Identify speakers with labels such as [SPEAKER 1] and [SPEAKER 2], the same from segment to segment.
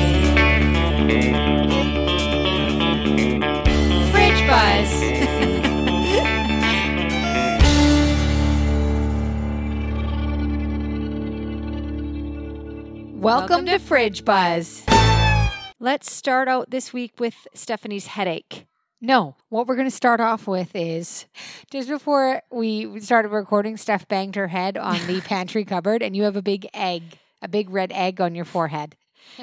[SPEAKER 1] Welcome to Fridge Buzz.
[SPEAKER 2] Let's start out this week with Stephanie's headache.
[SPEAKER 1] No, what we're going to start off with is just before we started recording, Steph banged her head on the pantry cupboard, and you have a big egg, a big red egg on your forehead.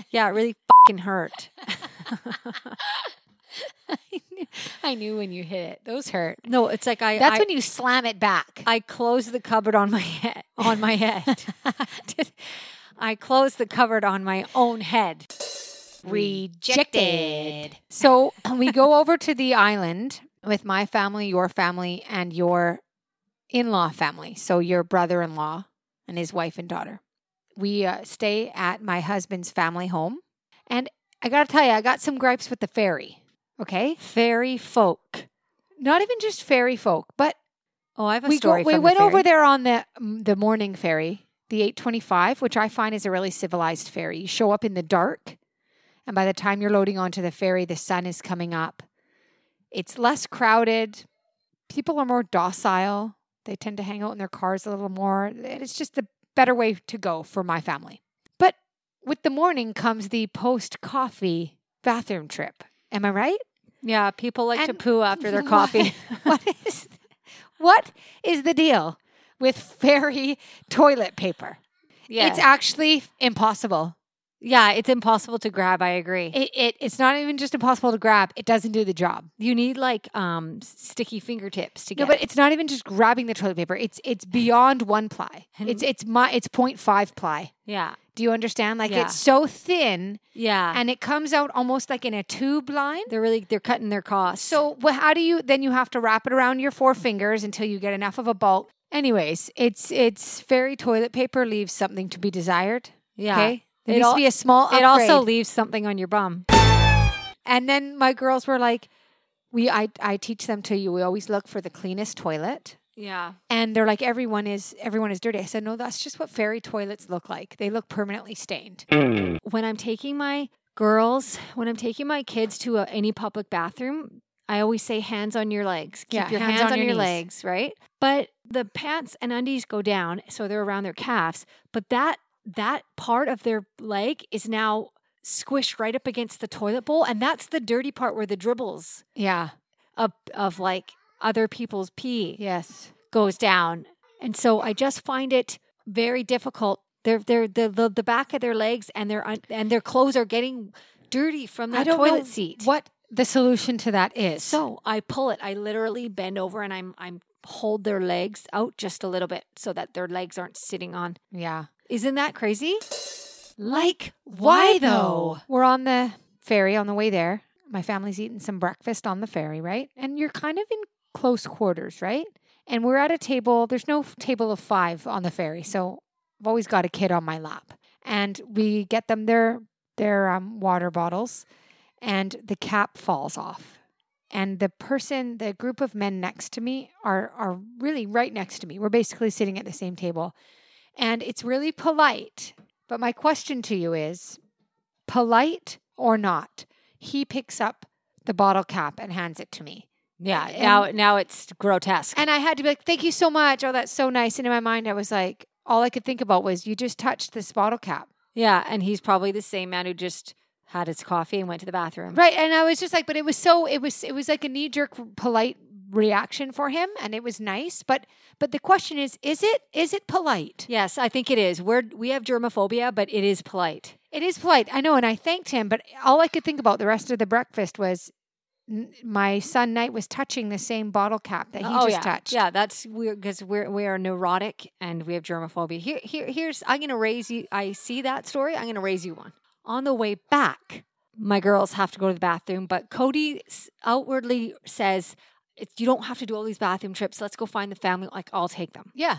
[SPEAKER 2] Yeah, it really fucking hurt.
[SPEAKER 1] I knew- I knew when you hit it; those hurt.
[SPEAKER 2] No, it's like I
[SPEAKER 1] That's
[SPEAKER 2] I,
[SPEAKER 1] when you slam it back.
[SPEAKER 2] I closed the cupboard on my head. On my head. I closed the cupboard on my own head.
[SPEAKER 1] Rejected. So we go over to the island with my family, your family, and your in law family. So your brother in law and his wife and daughter. We uh, stay at my husband's family home. And I got to tell you, I got some gripes with the ferry. Okay.
[SPEAKER 2] Fairy folk.
[SPEAKER 1] Not even just ferry folk, but
[SPEAKER 2] Oh, I have a
[SPEAKER 1] we, go,
[SPEAKER 2] story.
[SPEAKER 1] we
[SPEAKER 2] from the
[SPEAKER 1] went over
[SPEAKER 2] fairy.
[SPEAKER 1] there on the, mm, the morning ferry, the 825, which I find is a really civilized ferry. You show up in the dark. And by the time you're loading onto the ferry, the sun is coming up. It's less crowded. People are more docile. They tend to hang out in their cars a little more. and It's just the better way to go for my family. But with the morning comes the post coffee bathroom trip. Am I right?
[SPEAKER 2] Yeah, people like to
[SPEAKER 1] And
[SPEAKER 2] poo after their
[SPEAKER 1] what-
[SPEAKER 2] coffee.
[SPEAKER 1] what is what is the deal with fairy toilet paper?
[SPEAKER 2] yeah.
[SPEAKER 1] It's actually impossible.
[SPEAKER 2] yeah, it's impossible to grab, I agree.
[SPEAKER 1] It, it it's not even just impossible to grab. It doesn't do the job.
[SPEAKER 2] you need like um s- sticky fingertips to
[SPEAKER 1] No,
[SPEAKER 2] get
[SPEAKER 1] but it's not even just grabbing the toilet paper. It's it's beyond one ply.
[SPEAKER 2] And-
[SPEAKER 1] It's it's my it's 0.5 ply.
[SPEAKER 2] Yeah.
[SPEAKER 1] Do you understand? Like
[SPEAKER 2] Yeah.
[SPEAKER 1] it's so thin
[SPEAKER 2] Yeah.
[SPEAKER 1] and it comes out almost like in a tube line.
[SPEAKER 2] they're really they're cutting their costs.
[SPEAKER 1] So wh- how do you then you have to wrap it around your four fingers until you get enough of a bulk. Anyways, it's it's fairy toilet paper leaves something to be desired.
[SPEAKER 2] yeah.
[SPEAKER 1] Okay. It,
[SPEAKER 2] It
[SPEAKER 1] needs
[SPEAKER 2] al-
[SPEAKER 1] to be a small upgrade.
[SPEAKER 2] It also leaves something on your bum.
[SPEAKER 1] and then my girls were like, We I I teach them to you. We always look for the cleanest toilet.
[SPEAKER 2] Yeah.
[SPEAKER 1] and they're like everyone is everyone is dirty i said no that's just what fairy toilets look like they look permanently stained
[SPEAKER 2] Mm. When I'm taking my girls, when I'm taking my kids to a, any public bathroom, I always say hands on your legs. Keep
[SPEAKER 1] Yeah,
[SPEAKER 2] your hands, on, your,
[SPEAKER 1] knees.
[SPEAKER 2] legs, right? But the pants and undies go down, so they're around their calves, but that that part of their leg is now squished right up against the toilet bowl and that's the dirty part where the dribbles
[SPEAKER 1] yeah
[SPEAKER 2] of of like other people's pee.
[SPEAKER 1] yes
[SPEAKER 2] goes down. And so I just find it very difficult. They're, they're, the, the, the back of their legs and their, un- and their clothes are getting dirty from
[SPEAKER 1] i
[SPEAKER 2] that
[SPEAKER 1] don't
[SPEAKER 2] toilet
[SPEAKER 1] know
[SPEAKER 2] seat.
[SPEAKER 1] what the solution to that is
[SPEAKER 2] So I pull it. I literally bend over and I'm, I'm hold their legs out just a little bit so that their legs aren't sitting on.
[SPEAKER 1] yeah
[SPEAKER 2] Isn't that crazy? Like,
[SPEAKER 1] we're on the ferry on the way there my family's eating some breakfast on the ferry right and you're kind of in close quarters right and we're at a table there's no f- table of five on the ferry so i've always got a kid on my lap and we get them their their um, water bottles and the cap falls off and the person the group of men next to me are are really right next to me we're basically sitting at the same table and it's really polite but my question to you is polite or not he picks up the bottle cap and hands it to me
[SPEAKER 2] Yeah.
[SPEAKER 1] And-
[SPEAKER 2] now, now it's grotesque.
[SPEAKER 1] and i had to be like thank you so much oh that's so nice and in my mind i was like all i could think about was you just touched this bottle cap
[SPEAKER 2] yeah. And he's probably the same man who just had his coffee and went to the bathroom.
[SPEAKER 1] Right. And I was just like, but it was so it was it was like a knee jerk polite reaction for him and it was nice. But but the question is, is it is it polite?
[SPEAKER 2] Yes, I think it is. We're we have germophobia, but it is polite.
[SPEAKER 1] It is polite. I know, and I thanked him, but all I could think about the rest of the breakfast was n- my son Knight was touching the same bottle cap that he just
[SPEAKER 2] Oh, yeah,
[SPEAKER 1] touched.
[SPEAKER 2] yeah. That's weird because we're we are neurotic and we have germophobia. Here, here, here's. I'm gonna raise you. I see that story. I'm gonna raise you one. On the way back, my girls have to go to the bathroom, but Cody s- outwardly says, "It's- "You don't have to do all these bathroom trips. Let's go find the family. Like I'll take them."
[SPEAKER 1] Yeah.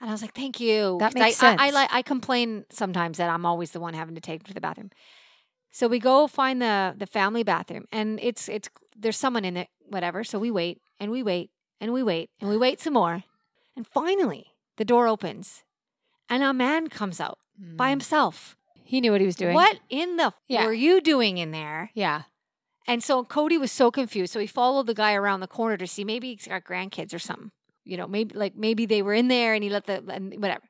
[SPEAKER 2] And I was like, "Thank you."
[SPEAKER 1] That
[SPEAKER 2] 'Cause I-
[SPEAKER 1] makes
[SPEAKER 2] I, I,
[SPEAKER 1] sense.
[SPEAKER 2] like I complain sometimes that I'm always the one having to take them to the bathroom. So we go find the the family bathroom, and it's it's there's someone in it, whatever. So we wait and we wait and we wait and we wait some more, and finally the door opens, and a man comes out by himself.
[SPEAKER 1] He knew what he was Mm. doing.
[SPEAKER 2] Mm. What in the f-
[SPEAKER 1] Yeah.
[SPEAKER 2] were you doing in there?
[SPEAKER 1] Yeah.
[SPEAKER 2] And so Cody was so confused. So he followed the guy around the corner to see maybe he's got grandkids or something. You know, maybe like maybe they were in there and he let the and whatever.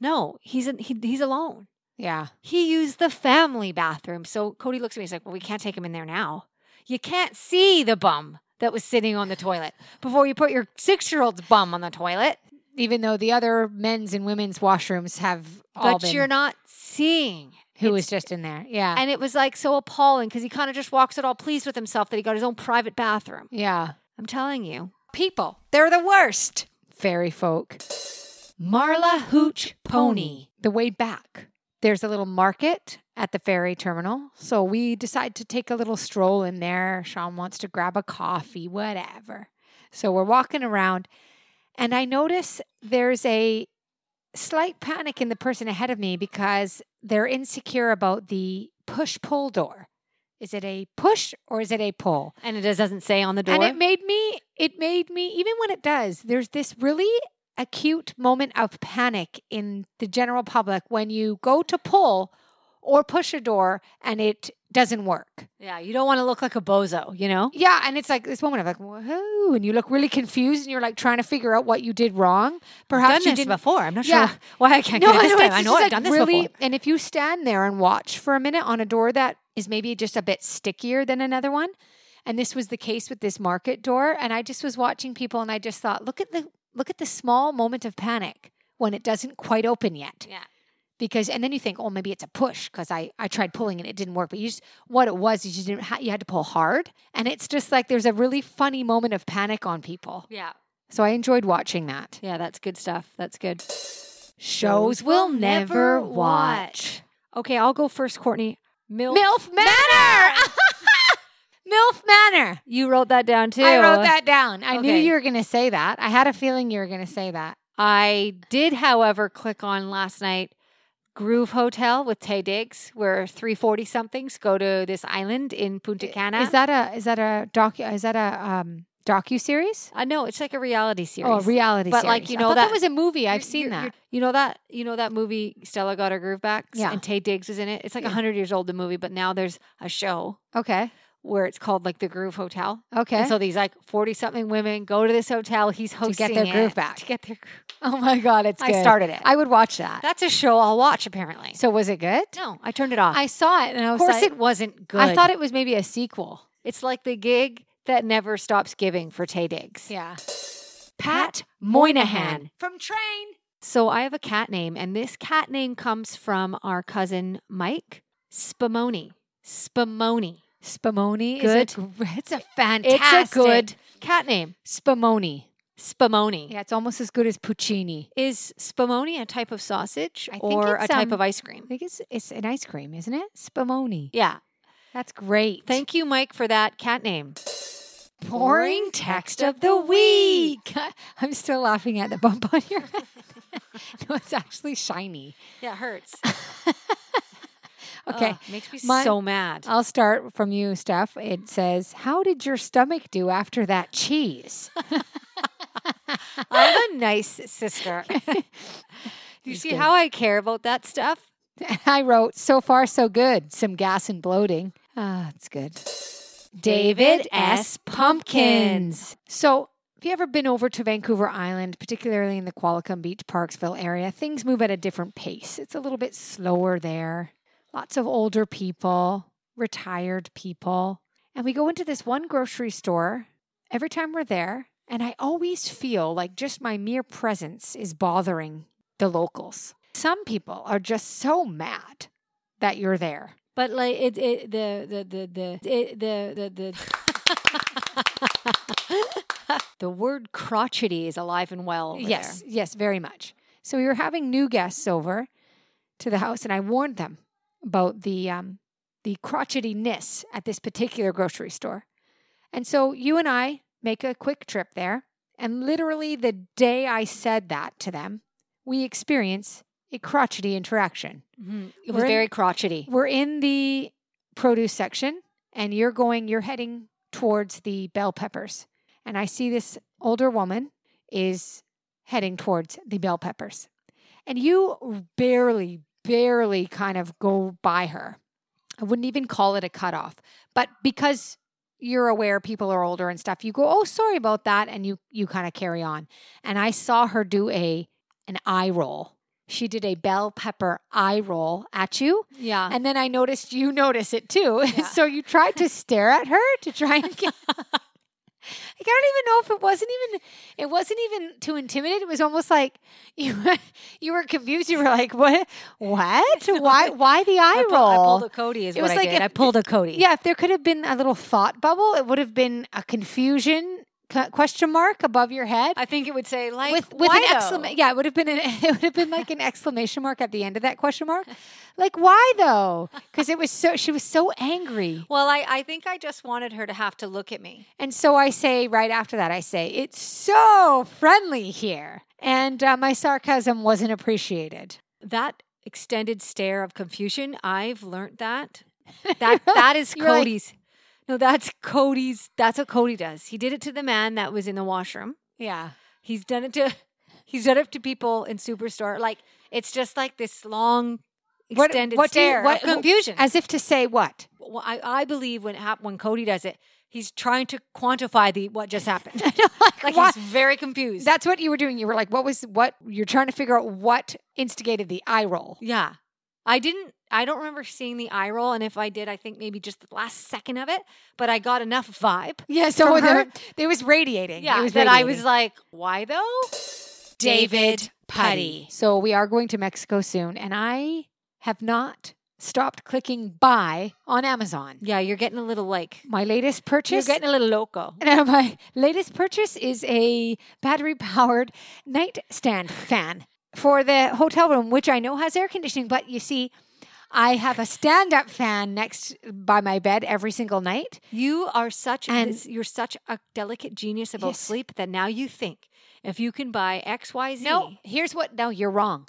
[SPEAKER 2] No, he's he, he's alone.
[SPEAKER 1] Yeah.
[SPEAKER 2] He used the family bathroom. So Cody looks at me. He's like, Well, we can't take him in there now. You can't see the bum that was sitting on the toilet before you put your six year old's bum on the toilet.
[SPEAKER 1] Even though the other men's and women's washrooms have all
[SPEAKER 2] But
[SPEAKER 1] been
[SPEAKER 2] you're not seeing.
[SPEAKER 1] who
[SPEAKER 2] it's-
[SPEAKER 1] was just in there. Yeah.
[SPEAKER 2] And it was like so appalling because he kind of just walks it all pleased with himself that he got his own private bathroom.
[SPEAKER 1] yeah.
[SPEAKER 2] I'm telling you.
[SPEAKER 1] People, they're the worst. Fairy folk.
[SPEAKER 2] Marla Hooch Pony.
[SPEAKER 1] The way back, there's a little market at the ferry terminal. So we decide to take a little stroll in there. Sean wants to grab a coffee, whatever. So we're walking around, and I notice there's a slight panic in the person ahead of me because they're insecure about the push pull door. Is it a push or is it a pull?
[SPEAKER 2] And it just doesn't say on the door.
[SPEAKER 1] And it made me, it made me, even when it does, there's this really acute moment of panic in the general public when you go to pull or push a door and it doesn't work.
[SPEAKER 2] yeah, you don't want to look like a bozo, you know?
[SPEAKER 1] Yeah. And it's like this moment of like, whoa. And you look really confused and you're like trying to figure out what you did wrong. Perhaps you
[SPEAKER 2] done this
[SPEAKER 1] didn't
[SPEAKER 2] before. I'm not
[SPEAKER 1] Yeah.
[SPEAKER 2] sure why I can't get it this time.
[SPEAKER 1] it's
[SPEAKER 2] I know
[SPEAKER 1] just,
[SPEAKER 2] I've
[SPEAKER 1] like,
[SPEAKER 2] done this
[SPEAKER 1] really,
[SPEAKER 2] before.
[SPEAKER 1] And if you stand there and watch for a minute on a door that is maybe just a bit stickier than another one, and this was the case with this market door, and I just was watching people and I just thought, look at the look at the small moment of panic when it doesn't quite open yet.
[SPEAKER 2] Yeah.
[SPEAKER 1] Because and then you think, oh, maybe it's a push because I I tried pulling and it didn't work. But you just what it was is you didn't ha- you had to pull hard, and it's just like there's a really funny moment of panic on people.
[SPEAKER 2] Yeah.
[SPEAKER 1] So I enjoyed watching that.
[SPEAKER 2] Yeah, that's good stuff. That's good.
[SPEAKER 1] Shows we'll never watch.
[SPEAKER 2] Okay, I'll go first, Courtney. Milf.
[SPEAKER 1] MILF Manor. MILF Manor.
[SPEAKER 2] You wrote that down too.
[SPEAKER 1] I wrote that down. I knew
[SPEAKER 2] Okay.
[SPEAKER 1] you were going to say that. I had a feeling you were going to say that.
[SPEAKER 2] I did, however, click on last night Groove Hotel with Tay Diggs, where 340 somethings go to this island in Punta Cana.
[SPEAKER 1] Is that a is that a docu is that a um docu series?
[SPEAKER 2] I know it's like a reality series.
[SPEAKER 1] Oh, a reality
[SPEAKER 2] But,
[SPEAKER 1] series.
[SPEAKER 2] like, you
[SPEAKER 1] I
[SPEAKER 2] know
[SPEAKER 1] thought
[SPEAKER 2] that-
[SPEAKER 1] was a movie. I've
[SPEAKER 2] You're-
[SPEAKER 1] seen
[SPEAKER 2] you're-
[SPEAKER 1] that.
[SPEAKER 2] you're- You know that you know that movie Stella Got Her Groove Back
[SPEAKER 1] Yeah.
[SPEAKER 2] and Tay Diggs was in it. It's like
[SPEAKER 1] Yeah.
[SPEAKER 2] 100 years old the movie, but now there's a show
[SPEAKER 1] okay.
[SPEAKER 2] where it's called like the Groove Hotel.
[SPEAKER 1] Okay.
[SPEAKER 2] And so these like 40 something women go to this hotel, he's
[SPEAKER 1] To
[SPEAKER 2] hosting
[SPEAKER 1] get their
[SPEAKER 2] it,
[SPEAKER 1] groove back.
[SPEAKER 2] To get their groove.
[SPEAKER 1] oh my god, it's
[SPEAKER 2] I
[SPEAKER 1] good.
[SPEAKER 2] started it.
[SPEAKER 1] I would watch that.
[SPEAKER 2] That's a show I'll watch apparently.
[SPEAKER 1] so was it good?
[SPEAKER 2] no, I turned it off.
[SPEAKER 1] I saw it and I
[SPEAKER 2] of
[SPEAKER 1] was
[SPEAKER 2] course
[SPEAKER 1] like
[SPEAKER 2] it wasn't good.
[SPEAKER 1] I thought it was maybe a sequel.
[SPEAKER 2] it's like the gig that never stops giving for Tay Diggs.
[SPEAKER 1] Yeah.
[SPEAKER 2] Pat Moynihan.
[SPEAKER 1] from Train.
[SPEAKER 2] So I have a cat name, and this cat name comes from our cousin Mike Spumoni. Spumoni.
[SPEAKER 1] Spumoni
[SPEAKER 2] Good.
[SPEAKER 1] is a gr- it's a fantastic
[SPEAKER 2] It's a good cat name.
[SPEAKER 1] Spumoni.
[SPEAKER 2] Spumoni.
[SPEAKER 1] Yeah, it's almost as good as Puccini.
[SPEAKER 2] Is spumoni a type of sausage
[SPEAKER 1] I think
[SPEAKER 2] or
[SPEAKER 1] it's,
[SPEAKER 2] a type
[SPEAKER 1] um,
[SPEAKER 2] of ice
[SPEAKER 1] I
[SPEAKER 2] cream?
[SPEAKER 1] think it's it's an ice cream, isn't it? Spumoni.
[SPEAKER 2] Yeah.
[SPEAKER 1] That's great.
[SPEAKER 2] Thank you, Mike, for that cat name.
[SPEAKER 1] Boring text of the week. I'm still laughing at the bump on your head. no, it's actually shiny.
[SPEAKER 2] Yeah, it hurts.
[SPEAKER 1] Okay.
[SPEAKER 2] Ugh, makes me
[SPEAKER 1] My-
[SPEAKER 2] so mad.
[SPEAKER 1] I'll start from you, Steph. It says, How did your stomach do after that cheese?
[SPEAKER 2] I'm a nice sister. you
[SPEAKER 1] He's
[SPEAKER 2] see
[SPEAKER 1] good.
[SPEAKER 2] how I care about that stuff?
[SPEAKER 1] I wrote, So far, so good. Some gas and bloating. Ah, it's good.
[SPEAKER 2] David S. Pumpkins.
[SPEAKER 1] So, have you ever been over to Vancouver Island, particularly in the Qualicum Beach, Parksville area? Things move at a different pace. It's a little bit slower there. Lots of older people, retired people. And we go into this one grocery store every time we're there. And I always feel like just my mere presence is bothering the locals. Some people are just so mad that you're there.
[SPEAKER 2] But like it, it the the the the it, the the the the word crotchety is alive and well. Over
[SPEAKER 1] yes,
[SPEAKER 2] there.
[SPEAKER 1] yes, very much. So we were having new guests over to the house, and I warned them about the um, the crotchetiness at this particular grocery store. And so you and I make a quick trip there, and literally the day I said that to them, we experience a crotchety interaction.
[SPEAKER 2] Mhm. it
[SPEAKER 1] We're
[SPEAKER 2] was
[SPEAKER 1] in-
[SPEAKER 2] very crotchety.
[SPEAKER 1] We're in the produce section, and you're going, you're heading towards the bell peppers. And I see this older woman is heading towards the bell peppers. And you barely, barely kind of go by her. I wouldn't even call it a cutoff, but because you're aware people are older and stuff, you go, "Oh, sorry about that," and you you kind of carry on. And I saw her do a an eye roll she did a bell pepper eye roll at you.
[SPEAKER 2] Yeah.
[SPEAKER 1] And then I noticed you notice it too. so you tried to stare at her to try and get. Like, I don't even know if it wasn't even it wasn't even too intimidated. It was almost like you you were confused. You were like, "What? What? Why? Why the eye
[SPEAKER 2] I, pull-
[SPEAKER 1] roll?"
[SPEAKER 2] I pulled a Cody. Is
[SPEAKER 1] It
[SPEAKER 2] what
[SPEAKER 1] was
[SPEAKER 2] I
[SPEAKER 1] like
[SPEAKER 2] did.
[SPEAKER 1] a-
[SPEAKER 2] I pulled a Cody.
[SPEAKER 1] yeah, if there could have been a little thought bubble, it would have been a confusion cu- question mark above your head
[SPEAKER 2] I think it would say like
[SPEAKER 1] with with an
[SPEAKER 2] why though?
[SPEAKER 1] exclamation. Yeah, it would have been an, it would have been like an exclamation mark at the end of that question mark. Like why though? Because it was so she was so angry.
[SPEAKER 2] Well, I, I think I just wanted her to have to look at me.
[SPEAKER 1] And so I say right after that, I say it's so friendly here, and uh, my sarcasm wasn't appreciated.
[SPEAKER 2] That extended stare of confusion, I've learned that. That that is
[SPEAKER 1] You're like-
[SPEAKER 2] Cody's. no, that's Cody's. That's what Cody does. He did it to the man that was in the washroom.
[SPEAKER 1] Yeah,
[SPEAKER 2] He's done it to he's done it to people in superstore. Like it's just like this long
[SPEAKER 1] What-
[SPEAKER 2] extended
[SPEAKER 1] what do you-
[SPEAKER 2] stare
[SPEAKER 1] what-
[SPEAKER 2] of confusion.
[SPEAKER 1] as if to say what?
[SPEAKER 2] Well, I, I believe when it hap- when Cody does it, he's trying to quantify the what just happened. like
[SPEAKER 1] why-
[SPEAKER 2] he's very confused.
[SPEAKER 1] That's what you were doing. You were like, what was what? You're trying to figure out what instigated the eye roll.
[SPEAKER 2] Yeah. I didn't I don't remember seeing the eye roll and if I did I think maybe just the last second of it, but I got enough vibe.
[SPEAKER 1] Yeah, so
[SPEAKER 2] From her?
[SPEAKER 1] there, there was radiating.
[SPEAKER 2] Yeah,
[SPEAKER 1] it was
[SPEAKER 2] that I
[SPEAKER 1] radiating.
[SPEAKER 2] was like, why though? David Putty.
[SPEAKER 1] So we are going to Mexico soon, and I have not stopped clicking buy on Amazon.
[SPEAKER 2] Yeah, you're getting a little like
[SPEAKER 1] My latest
[SPEAKER 2] you're
[SPEAKER 1] purchase.
[SPEAKER 2] getting a little loco.
[SPEAKER 1] my latest purchase is a battery powered nightstand fan for the hotel room, which I know has air conditioning, but you see, I have a stand up fan next by my bed every single night.
[SPEAKER 2] You are such
[SPEAKER 1] And-
[SPEAKER 2] this- you're such a delicate genius about
[SPEAKER 1] Yes.
[SPEAKER 2] sleep that now you think if you can buy XYZ
[SPEAKER 1] No, here's what. No, you're wrong.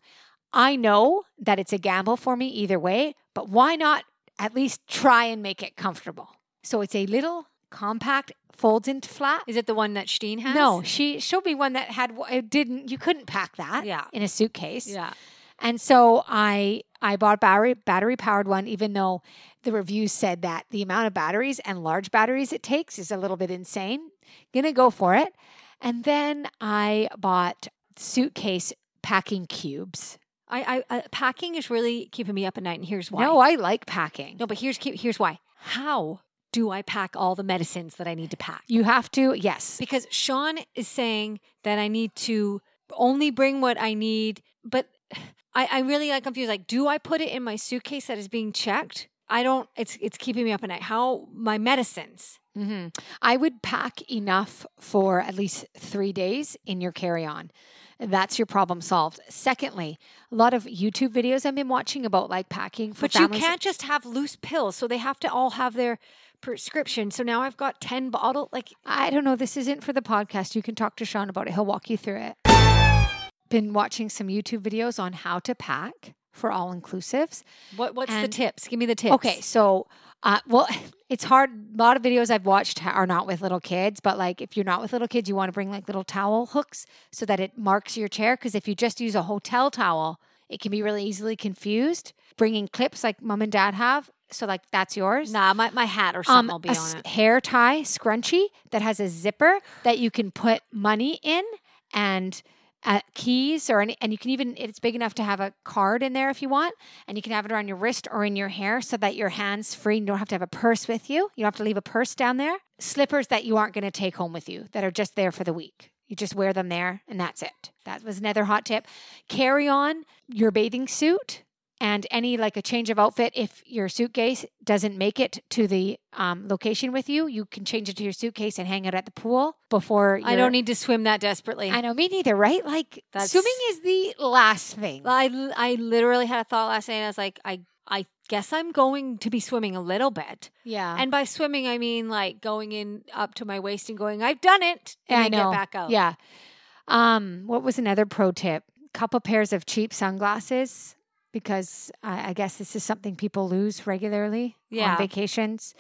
[SPEAKER 1] I know that it's a gamble for me either way, but why not at least try and make it comfortable? So it's a little compact, folds into flat.
[SPEAKER 2] Is it the one that Steen has?
[SPEAKER 1] No, she showed me one that had it didn't. You couldn't pack that
[SPEAKER 2] Yeah.
[SPEAKER 1] in a suitcase.
[SPEAKER 2] Yeah.
[SPEAKER 1] And so I I bought a battery battery powered one, even though the reviews said that the amount of batteries and large batteries it takes is a little bit insane. Gonna go for it. And then I bought suitcase packing cubes.
[SPEAKER 2] I, I, I packing is really keeping me up at night and here's why.
[SPEAKER 1] No, I like packing.
[SPEAKER 2] No, but here's here's why. How do I pack all the medicines that I need to pack?
[SPEAKER 1] You have to, yes.
[SPEAKER 2] Because Sean is saying that I need to only bring what I need, but I, I really like confused. Like, do I put it in my suitcase that is being checked? I don't. It's it's keeping me up at night. How my medicines?
[SPEAKER 1] hmm I would pack enough for at least three days in your carry on. That's your problem solved. Secondly, a lot of YouTube videos I've been watching about like packing for
[SPEAKER 2] But you
[SPEAKER 1] families.
[SPEAKER 2] can't just have loose pills, so they have to all have their prescription. So now I've got ten bottle. Like,
[SPEAKER 1] I don't know. This isn't for the podcast. You can talk to Sean about it. He'll walk you through it. Been watching some YouTube videos on how to pack for all inclusives.
[SPEAKER 2] what what's the
[SPEAKER 1] And-
[SPEAKER 2] tips? Give me the tips.
[SPEAKER 1] Okay, so uh, well, it's hard. A lot of videos I've watched ha- are not with little kids, but like if you're not with little kids, you want to bring like little towel hooks so that it marks your chair. Because if you just use a hotel towel, it can be really easily confused. Bringing clips like mom and dad have, so like that's yours.
[SPEAKER 2] Nah, my, my hat or
[SPEAKER 1] Um,
[SPEAKER 2] something will be
[SPEAKER 1] a
[SPEAKER 2] on
[SPEAKER 1] s-
[SPEAKER 2] it.
[SPEAKER 1] hair tie scrunchie that has a zipper that you can put money in and uh, keys or any, and you can even it's big enough to have a card in there if you want and you can have it around your wrist or in your hair so that your hands free and you don't have to have a purse with you you don't have to leave a purse down there slippers that you aren't going to take home with you that are just there for the week you just wear them there and that's it that was another hot tip carry on your bathing suit and any like a change of outfit if your suitcase doesn't make it to the um, location with you you can change it to your suitcase and hang it at the pool before
[SPEAKER 2] I
[SPEAKER 1] your-
[SPEAKER 2] don't need to swim that desperately.
[SPEAKER 1] i know me neither right like
[SPEAKER 2] That's-
[SPEAKER 1] swimming is the last thing
[SPEAKER 2] I, I literally had a thought last night. And I was like, I, I guess I'm going to be swimming a little bit.
[SPEAKER 1] yeah
[SPEAKER 2] And by swimming, I mean like going in up to my waist and going, I've done it. And
[SPEAKER 1] Yeah,
[SPEAKER 2] then get back out.
[SPEAKER 1] yeah um what was another pro tip couple pairs of cheap sunglasses because I, I guess this is something people lose regularly
[SPEAKER 2] Yeah.
[SPEAKER 1] on vacations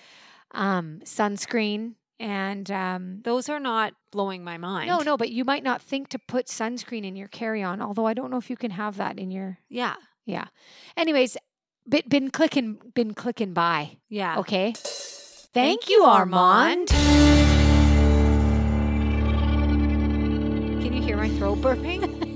[SPEAKER 1] um sunscreen and um
[SPEAKER 2] Those are not blowing my mind.
[SPEAKER 1] No, no, but you might not think to put sunscreen in your carry-on, although I don't know if you can have that in your
[SPEAKER 2] Yeah.
[SPEAKER 1] yeah. Anyways, been, been clicking been clicking by.
[SPEAKER 2] Yeah.
[SPEAKER 1] Okay. Thank,
[SPEAKER 2] you, Armand. Can you hear my throat burping?